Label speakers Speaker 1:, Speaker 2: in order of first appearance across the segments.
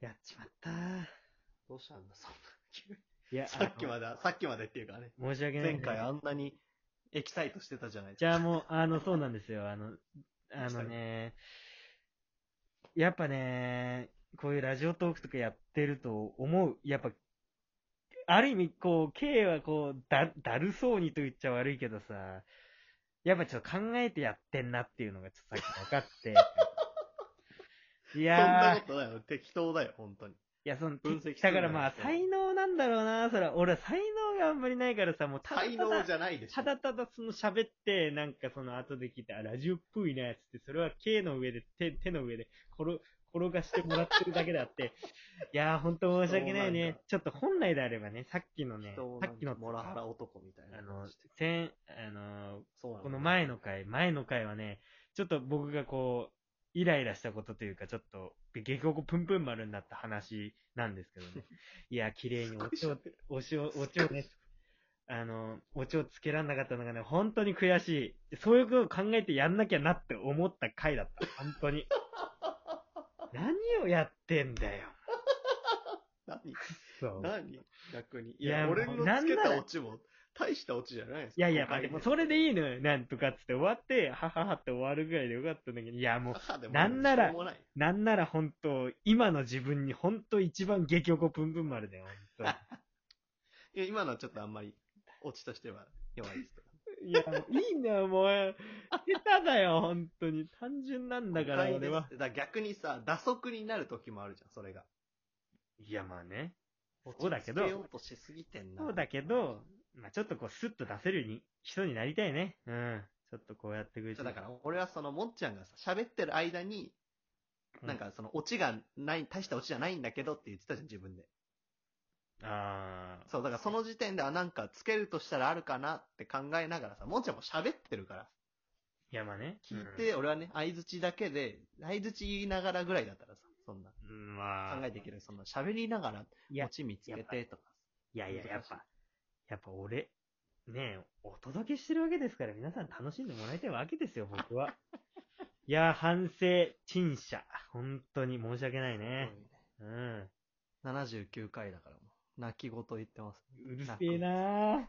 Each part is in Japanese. Speaker 1: やっちまったー。
Speaker 2: どうしたんだ、そんな急に。
Speaker 1: いや、
Speaker 2: さっき
Speaker 1: あの
Speaker 2: まで、さっきまでっていうかね。
Speaker 1: 申し訳ない。
Speaker 2: 前回あんなにエキサイトしてたじゃないです
Speaker 1: じ
Speaker 2: か。
Speaker 1: ゃあもう、あの、そうなんですよ。あの、あのね、やっぱね、こういうラジオトークとかやってると思う。やっぱ、ある意味、こう、K はこう、だ、だるそうにと言っちゃ悪いけどさ、やっぱちょっと考えてやってんなっていうのがちょっとさっき分かって。い
Speaker 2: そんな
Speaker 1: や
Speaker 2: ことないよ。適当だよ、本当に。
Speaker 1: ー、いや、その、
Speaker 2: 分析する
Speaker 1: だからまあ、
Speaker 2: そう
Speaker 1: 才能なんだろうな、そら、俺は才能があんまりないからさ、もうただ
Speaker 2: 才
Speaker 1: た
Speaker 2: 能
Speaker 1: だ
Speaker 2: じゃないでしょ
Speaker 1: た。だただその喋って、なんかその後で聞いた、あラジオっぽいなやつって、それは K の上で、手手の上で転転がしてもらってるだけであ って、いやー、ほんと申し訳ない
Speaker 2: そうなん
Speaker 1: ね
Speaker 2: だ。
Speaker 1: ちょっと本来であればね、さっきのね、
Speaker 2: 人を
Speaker 1: さ
Speaker 2: なん
Speaker 1: っきの
Speaker 2: かモラハラ男みたいな
Speaker 1: あの
Speaker 2: 感じで、
Speaker 1: 先、あのー
Speaker 2: そうなんだ
Speaker 1: この前の回、前の回はね、ちょっと僕がこう、イライラしたことというか、ちょっと、激おこぷんぷん丸になった話なんですけど ね。いや、綺麗におち
Speaker 2: すご
Speaker 1: を
Speaker 2: い喋ってる
Speaker 1: おちを、おちをね、あの、おちをつけらんなかったのがね、本当に悔しい。そういうことを考えてやんなきゃなって思った回だった。本当 に。何をやってんだよ。そう。
Speaker 2: 何何逆に。い
Speaker 1: いや
Speaker 2: や、
Speaker 1: もう
Speaker 2: 俺のつけたオチも、大したオチじゃないです
Speaker 1: いやいや、まあ
Speaker 2: あ
Speaker 1: でもそれでいいのよ。なんとかっつって終わって、はははって終わるぐらいでよかったんだけど、いやもう、なんならなんなら本当、今の自分に本当一番激おこぷんぷん丸だよ、本
Speaker 2: いや、今のはちょっとあんまり、オチとしては弱いですけど。
Speaker 1: 当。いや、もういいんだよ、もう。下手だよ、本当に。単純なんだから、
Speaker 2: 誤解
Speaker 1: 俺
Speaker 2: です
Speaker 1: は。
Speaker 2: だから逆にさ、打足になる時もあるじゃん、それが。
Speaker 1: いや、まあね。そうだけど
Speaker 2: オチつけようとしすぎてんな。
Speaker 1: そうだけど、まあちょっとこう、スッと出せるに人になりたいね。うん。ちょっとこうやってくれ
Speaker 2: そう。だから、俺はその、もっちゃんがさ、喋ってる間に、なん、かその、オチがない、大したオチじゃないんだけどって言ってたじゃん、自分で。
Speaker 1: うああ。
Speaker 2: そう、だからその時点ではなんかつけるとしたらあるかなって考えながらさ、もんちゃんも喋ってるから、
Speaker 1: いや、まあね。
Speaker 2: 聞いて、俺はね、相づちだけで、相づち言いながらぐらいだったらさ、そんな、
Speaker 1: うん、まあ。
Speaker 2: 考えていける。その喋りながら、
Speaker 1: いや
Speaker 2: 落、ち見つけてとか。
Speaker 1: いやいや、やっ
Speaker 2: 難
Speaker 1: ぱ、やっぱ俺、ねえ、お届けしてるわけですから、皆さん楽しんでもらいたいわけですよ、僕 は。いや、反省、陳謝。本当に申し訳ないね。うん。
Speaker 2: 79回だからもう、泣き言言ってます。
Speaker 1: うるせえなぁ。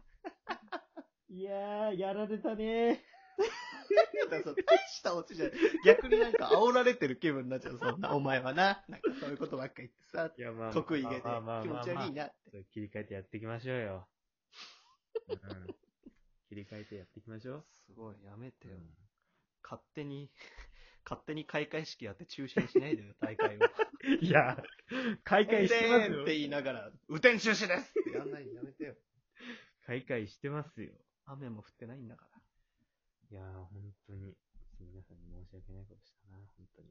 Speaker 1: いやー、やられたね
Speaker 2: だからその大したオチじゃない。逆になんか煽られてる気分になっちゃう、そ んな、お前はな。なんかそういうことばっか言ってさ、
Speaker 1: いや、ま
Speaker 2: 得意げで
Speaker 1: まあまあ
Speaker 2: 気
Speaker 1: ま
Speaker 2: 持
Speaker 1: あ
Speaker 2: ち
Speaker 1: まあ
Speaker 2: 悪いな。
Speaker 1: そう切り替えてやっていきましょうよ。うん。切り替えてやっていきましょう。
Speaker 2: すごい、やめてよ。
Speaker 1: うん
Speaker 2: 勝手に、 勝手に開会式やって中止にしないでよ、大会を。
Speaker 1: いや、開会してます
Speaker 2: 運転っ
Speaker 1: よ
Speaker 2: て。言いながら、雨天中止ですってやんないでやめてよ。
Speaker 1: 開会してますよ。
Speaker 2: 雨も降ってないんだから。
Speaker 1: いやー、本当に。皆さんに申し訳ないことしたな、本当に。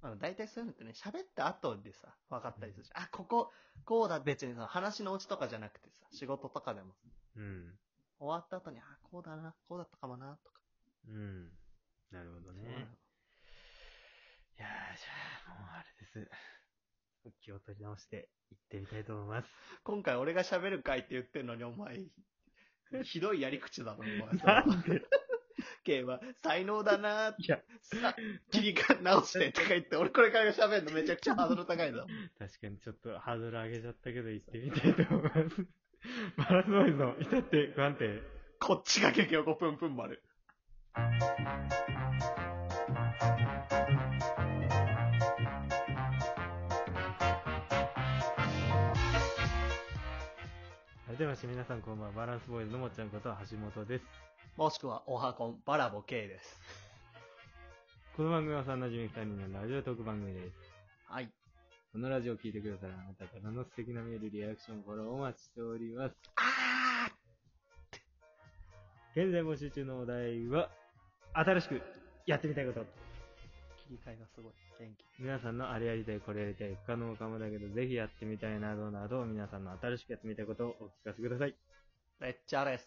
Speaker 2: まあ、大体そういうのってね、喋った後でさ、分かったりするじゃん。あ、ここ、こうだ、別にさ、話のオチとかじゃなくてさ、仕事とかでも、
Speaker 1: うん。
Speaker 2: 終わった後に、あ、こうだな、こうだったかもな、とか。
Speaker 1: うん。なるほどね。いやー、じゃあ、もうあれです。気を取り直して、行ってみたいと思います。
Speaker 2: 今回俺が喋る回って言ってんのに、お前、ひどいやり口だろ、お前
Speaker 1: な
Speaker 2: さ。
Speaker 1: んで
Speaker 2: 系は、才能だな、
Speaker 1: いや、
Speaker 2: さ、切り替え直して、とか言って、俺これから喋るのめちゃくちゃハードル高いぞ。
Speaker 1: 確かにちょっとハードル上げちゃったけど、行ってみたいと思い ます。バランスボーイズの、至って不安定。
Speaker 2: こっちが結局プンプン丸。
Speaker 1: 改めまして皆さんこんばんは、バランスボーイズのもっちゃんこと橋本です。
Speaker 2: もしくは、おはこん、バラボ K です。
Speaker 1: この番組は3なじみ2人のラジオトーク番組です。
Speaker 2: はい。
Speaker 1: このラジオを聞いてくださるあなたからの素敵なメール、リアクション、フォローをお待ちしております。
Speaker 2: あー
Speaker 1: 現在募集中のお題は、新しくやってみたいこと。
Speaker 2: 切り替えがすごい。元気。
Speaker 1: 皆さんのあれやりたい、これやりたい、不可能かもだけど、ぜひやってみたいなどなど、皆さんの新しくやってみたいことをお聞かせください。
Speaker 2: レッチャーです。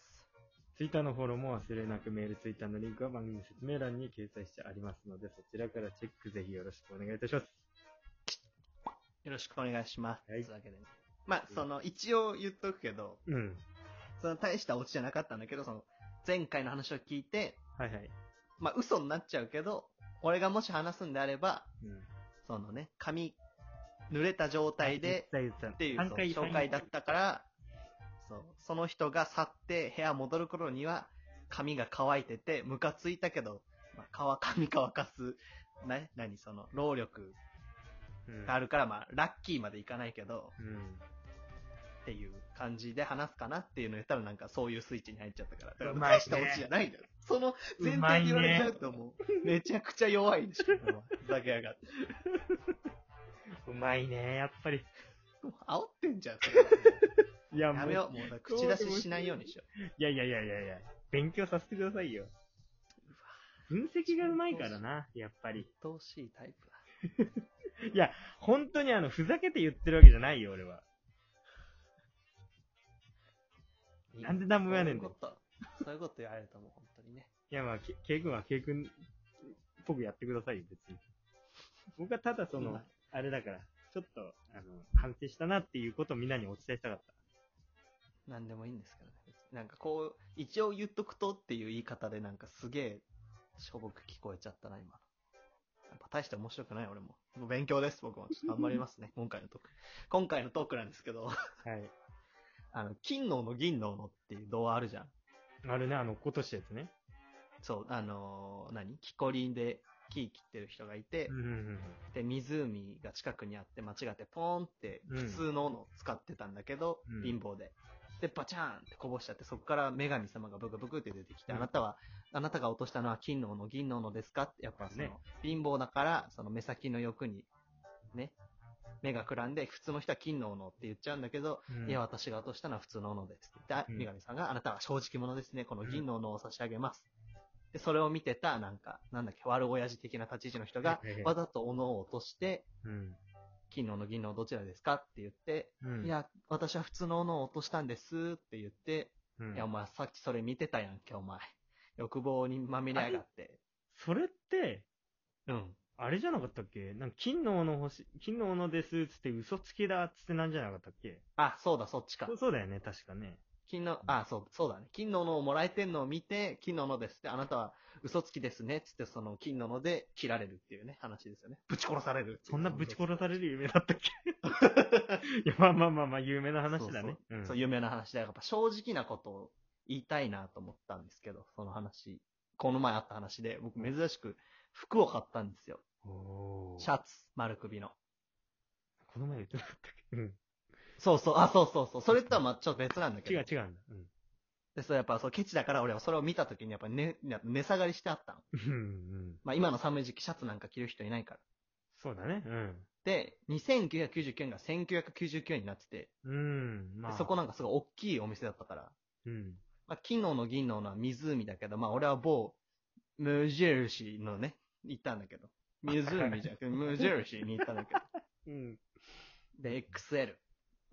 Speaker 1: ツイッターのフォローも忘れなく、メール、ツイッターのリンクは番組説明欄に掲載してありますので、そちらからチェックぜひよろしくお願いいたします。
Speaker 2: よろしくお願いします。
Speaker 1: はい
Speaker 2: つうわけでね。まあ、その、一応言っとくけど、
Speaker 1: うん。
Speaker 2: その大したオチじゃなかったんだけど、その、前回の話を聞いて、
Speaker 1: はいはい。
Speaker 2: まあ、嘘になっちゃうけど、俺がもし話すんであれば、
Speaker 1: うん。
Speaker 2: そそのね、髪、濡れた状態で、
Speaker 1: 言ってた言っ
Speaker 2: ってい
Speaker 1: て
Speaker 2: う
Speaker 1: た。
Speaker 2: そう紹介だったから、そう、その人が去って部屋戻る頃には、髪が乾いてて、ムカついたけど、まあ、乾、 髪乾かす、ね、何その、労力
Speaker 1: うん
Speaker 2: があるから、まあ、ラッキーまでいかないけど、
Speaker 1: うん。
Speaker 2: っていう感じで話すかなっていうのを言ったらなんかそういうスイッチに入っちゃったから。だ
Speaker 1: う
Speaker 2: から
Speaker 1: まいね
Speaker 2: 大したオチじゃないんだよ。その前
Speaker 1: うま
Speaker 2: 提
Speaker 1: い
Speaker 2: で言われちゃ
Speaker 1: ね
Speaker 2: う。と思う。めちゃくちゃ弱いでし ょ。お前ふざけやがって。
Speaker 1: うまいね、やっぱり。
Speaker 2: 煽ってんじゃん。
Speaker 1: いや、
Speaker 2: やめよう。もうだから口出ししないように しよ
Speaker 1: う。いやいやいやいやいや、勉強させてくださいよ。分析がうまいからな、やっぱ
Speaker 2: う。
Speaker 1: り。
Speaker 2: 愛おしいタイプだ。
Speaker 1: 本当にあの、ふざけて言ってるわけじゃないよ、俺は。なんで何も言わねえんだよ
Speaker 2: そういうこと、そういうこと言われるともう本当にね。
Speaker 1: いや、まあ、ケケイ君はケイ君っぽくやってくださいよ、別に。僕はただその
Speaker 2: 今、
Speaker 1: あれだから、ちょっと、あの、反省したなっていうことをみんなにお伝えしたかっ
Speaker 2: なんでもいいんですけどね。なんかこう、一応言っとくとっていう言い方でなんかすげえしょぼく聞こえちゃったな、今。やっぱ大して面白くない、俺も。もう勉強です、僕も。ちょっと頑張りますね、今回のトーク。今回のトークなんですけど、
Speaker 1: た。はい。
Speaker 2: あの、金のの銀ののっていう童話あるじゃん。
Speaker 1: あれね、あの、落としたやつね。
Speaker 2: そう、あのー何木こりで木切ってる人がいて、
Speaker 1: うんうん
Speaker 2: で、湖が近くにあって、間違ってポーンって、普通の斧を使ってたんだけど、
Speaker 1: うん
Speaker 2: 貧乏で。で、バチャーンってこぼしちゃって、そこから女神様がブクブクって出てきて、
Speaker 1: うん
Speaker 2: あなたは、あなたが落としたのは金の斧、銀の斧ですかって、やっぱその、
Speaker 1: ね
Speaker 2: 貧乏だから、その目先の欲に、ね、目がくらんで、普通の人は金の斧って言っちゃうんだけど、
Speaker 1: うん。
Speaker 2: いや、私が落としたのは普通の斧ですって言って。
Speaker 1: うん
Speaker 2: 女神さんが、あなたは正直者ですね。この銀の斧を差し上げます。で、それを見てた、なんか、なんだっけ、悪親父的な立ち位置の人が
Speaker 1: はいはいは、い
Speaker 2: わざと斧を落として、
Speaker 1: うん。
Speaker 2: 金の斧、銀の斧どちらですかって言って、
Speaker 1: うん。
Speaker 2: い、や、私は普通の斧を落としたんですって言って、
Speaker 1: うん、
Speaker 2: いや、お前さっきそれ見てたやんけ、お前。欲望にまみれやがって。
Speaker 1: それって、
Speaker 2: うん。
Speaker 1: あれじゃなかったっけなんか、金の斧欲し、金の斧です、つって嘘つきだ、つってなんじゃなかったっけ
Speaker 2: あ、そうだ、そっちか
Speaker 1: そ。うそうだよね、確かね。
Speaker 2: 金の、あ、そう、そうだね。金の斧をもらえてんのを見て、金の斧ですって、あなたは嘘つきですね、つってその金の斧で切られるっていうね、話ですよね。ぶち殺される。
Speaker 1: そんなぶち殺される夢だったっけいや、まあまあまあまあ、有名な話だね。
Speaker 2: そうそう
Speaker 1: うん
Speaker 2: そう、有名な話で、やっぱ正直なことを言いたいなと思ったんですけど、その話。この前あった話で、僕珍しく服を買ったんですよ。
Speaker 1: おー
Speaker 2: シャツ、丸首の。
Speaker 1: この前言ってなかったっけうん。
Speaker 2: そうそう、あ、そうそうそう。それとはまあちょっと別なんだけ
Speaker 1: 違
Speaker 2: ど。
Speaker 1: う違うんだ。うん
Speaker 2: で、それやっぱそう、ケチだから俺はそれを見た時にやっぱ値、値下がりしてあったの。
Speaker 1: うんうん。
Speaker 2: まあ今の寒い時期シャツなんか着る人いないから。
Speaker 1: そうだね。うん。
Speaker 2: で、2999円が1999円になってて、
Speaker 1: うん。ま
Speaker 2: で
Speaker 1: あ。
Speaker 2: そこなんかすごい大きいお店だったから、
Speaker 1: うん。
Speaker 2: まあ、昨日の銀ののは湖だけど、まあ俺は某、無印のね、行ったんだけど、湖じゃなくて無印に行ったんだけど、
Speaker 1: うん。
Speaker 2: で、XL。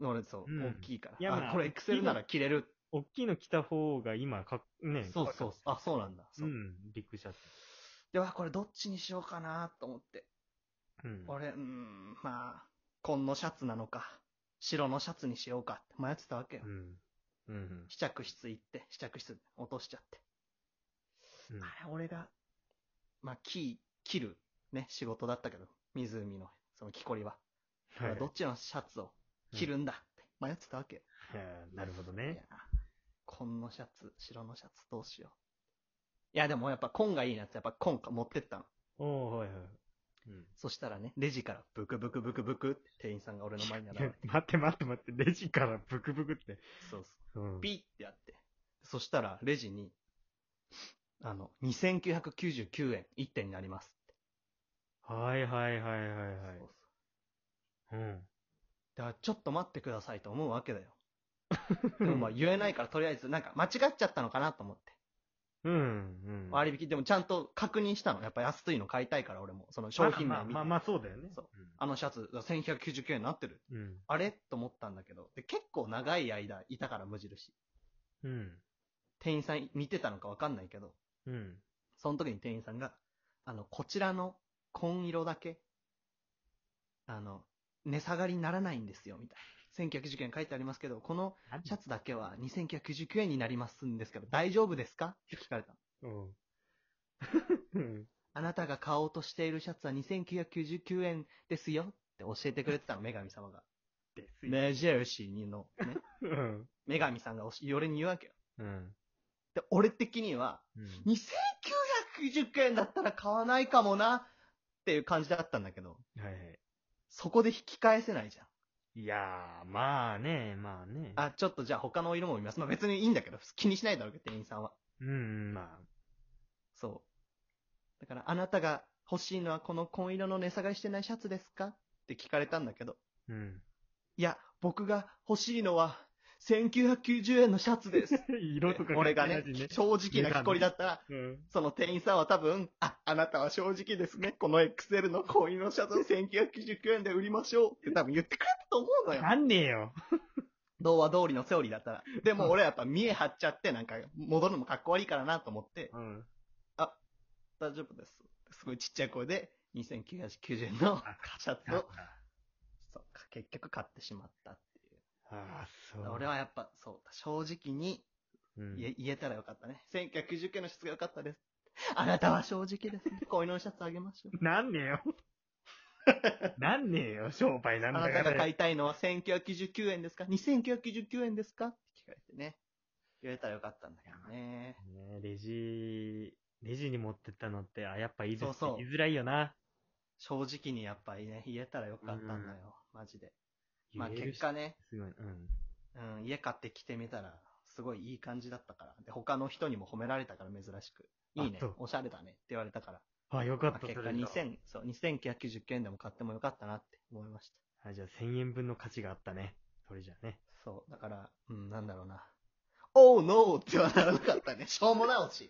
Speaker 2: 俺そう、
Speaker 1: うん
Speaker 2: 大きいから。
Speaker 1: いやまあ
Speaker 2: あ、これ XL なら着れる。
Speaker 1: おっきいの着た方が今、かっ、ね。
Speaker 2: そうそう。あ、そうなんだ。そうう。
Speaker 1: ん。びっくりしちゃっ
Speaker 2: で、わ、これどっちにしようかなと思って。
Speaker 1: た。うん。
Speaker 2: 俺、うーん、まあ、紺のシャツなのか、白のシャツにしようかって迷ってたわけよ。
Speaker 1: うん。うん。
Speaker 2: 試着室行って、試着室落としちゃって。
Speaker 1: うん
Speaker 2: あれ、俺が、まあ、木、切る、ね、仕事だったけど、湖の、その木こりは。
Speaker 1: はい。
Speaker 2: どっちのシャツを着るんだって迷ってたわけ。
Speaker 1: えーなるほど
Speaker 2: いや
Speaker 1: ね。、
Speaker 2: 紺のシャツ、白のシャツ、どうしよう。いや、でもやっぱ紺がいいなって、やっぱ紺か持ってったの。
Speaker 1: おー、はいはい。うん。
Speaker 2: そしたらね、レジからブクブクブクブクって店員さんが俺の前に現
Speaker 1: い
Speaker 2: れ
Speaker 1: や
Speaker 2: て、
Speaker 1: 待って待って待って、レジからブクブクって。
Speaker 2: そうそう。
Speaker 1: うん。
Speaker 2: ピッてやって。そしたら、レジに、あの、2999円、1点になりますって。
Speaker 1: はいはいはいはいはい
Speaker 2: そう。そう
Speaker 1: うん。
Speaker 2: だから、ちょっと待ってくださいと思うわけだよ。でもまあ言えないから、とりあえず、なんか間違っちゃったのかなと思って。
Speaker 1: うん。うん。
Speaker 2: 割引、でもちゃんと確認したの。やっぱ安いの買いたいから、俺も。その商品名
Speaker 1: まあ
Speaker 2: 見て。
Speaker 1: まあまあまあそうだよね。
Speaker 2: そうあのシャツ、1999円になってる。
Speaker 1: うん。うん。
Speaker 2: あれと思ったんだけど。で、結構長い間いたから、無印。
Speaker 1: うん。
Speaker 2: 店員さん見てたのかわかんないけど。
Speaker 1: うん。
Speaker 2: その時に店員さんが、あの、こちらの紺色だけ、あの、値下がりにならないんですよ、みたいな。1999円書いてありますけど、このシャツだけは2999円になりますんですけど、大丈夫ですかって聞かれたの。
Speaker 1: うん。うん。
Speaker 2: ああなたが買おうとしているシャツは2999円ですよって教えてくれてたの、女神様が。
Speaker 1: ですよ。
Speaker 2: 目印にの、ね、
Speaker 1: うん。
Speaker 2: 女神さんがおし俺に言うわけよ。
Speaker 1: うん。
Speaker 2: で、俺的には、
Speaker 1: うん
Speaker 2: 2990円だったら買わないかもなっていう感じだったんだけど、
Speaker 1: はいはい。
Speaker 2: そこで引き返せないじゃん。
Speaker 1: いやー、まあね、まあね。
Speaker 2: あ、ちょっとじゃあ他の色も見ます。まあ別にいいんだけど、気にしないだろうけど、店員さんは。
Speaker 1: うん、まあ。
Speaker 2: そう。だからあなたが欲しいのはこの紺色の値下がりしてないシャツですかって聞かれたんだけど、
Speaker 1: うん。
Speaker 2: いや、僕が欲しいのは1990円のシャツ です。
Speaker 1: 色とか
Speaker 2: 俺がね
Speaker 1: 関係ないし、
Speaker 2: 正直な木こりだったら、
Speaker 1: うん。
Speaker 2: その店員さんは多分、あ、あなたは正直ですね。この XL の紺色のシャツを1999円で売りましょうって多分言ってくれたと思うのよ。
Speaker 1: あんねえよ。
Speaker 2: 童話通りのセオリーだったら。でも俺はやっぱ見え張っちゃって、なんか戻るのもかっこ悪いからなと思って、
Speaker 1: うん。
Speaker 2: 大丈夫です。すごいちっちゃい声で、2990円のシャツを、そうか、結局買ってしまったっていう。
Speaker 1: ああ、そう。
Speaker 2: 俺はやっぱ、そう、正直に
Speaker 1: うん、
Speaker 2: 言え言えたらよかったね。1990円の質がよかったです。あなたは正直で すね。紺色のシャツあげましょう。
Speaker 1: なんねえ よ。なんねえよ、商売なん
Speaker 2: あ
Speaker 1: だ
Speaker 2: なた
Speaker 1: か
Speaker 2: が
Speaker 1: ら。
Speaker 2: 買いたいのは1999円ですか ?2999 円ですかって聞かれてね。言えたらよかったんだけどね。
Speaker 1: ねレジ、レジに持ってったのって、あ、やっぱいいです
Speaker 2: そうそう
Speaker 1: 言いづらいよな。
Speaker 2: 正直にやっぱりね、言えたらよかったんだよ。マジで。まあ
Speaker 1: 言える
Speaker 2: 結
Speaker 1: し
Speaker 2: 果ね、
Speaker 1: すごい、うん。
Speaker 2: うん、家買ってきてみたら、すごいいい感じだったから。で、他の人にも褒められたから珍しく。いいね
Speaker 1: あそう、
Speaker 2: おしゃれだねって言われたから。
Speaker 1: あ、よか
Speaker 2: ま
Speaker 1: っ
Speaker 2: あ
Speaker 1: た、
Speaker 2: 結
Speaker 1: そ
Speaker 2: 果
Speaker 1: れが。
Speaker 2: 2000、そう、2990円でも買ってもよかったなって思いました。
Speaker 1: あ、じゃあ1000円分の価値があったね。それじゃあね。
Speaker 2: そう、だから、うん、なんだろうな。Oh no! ってはならなかったね。しょうもないし。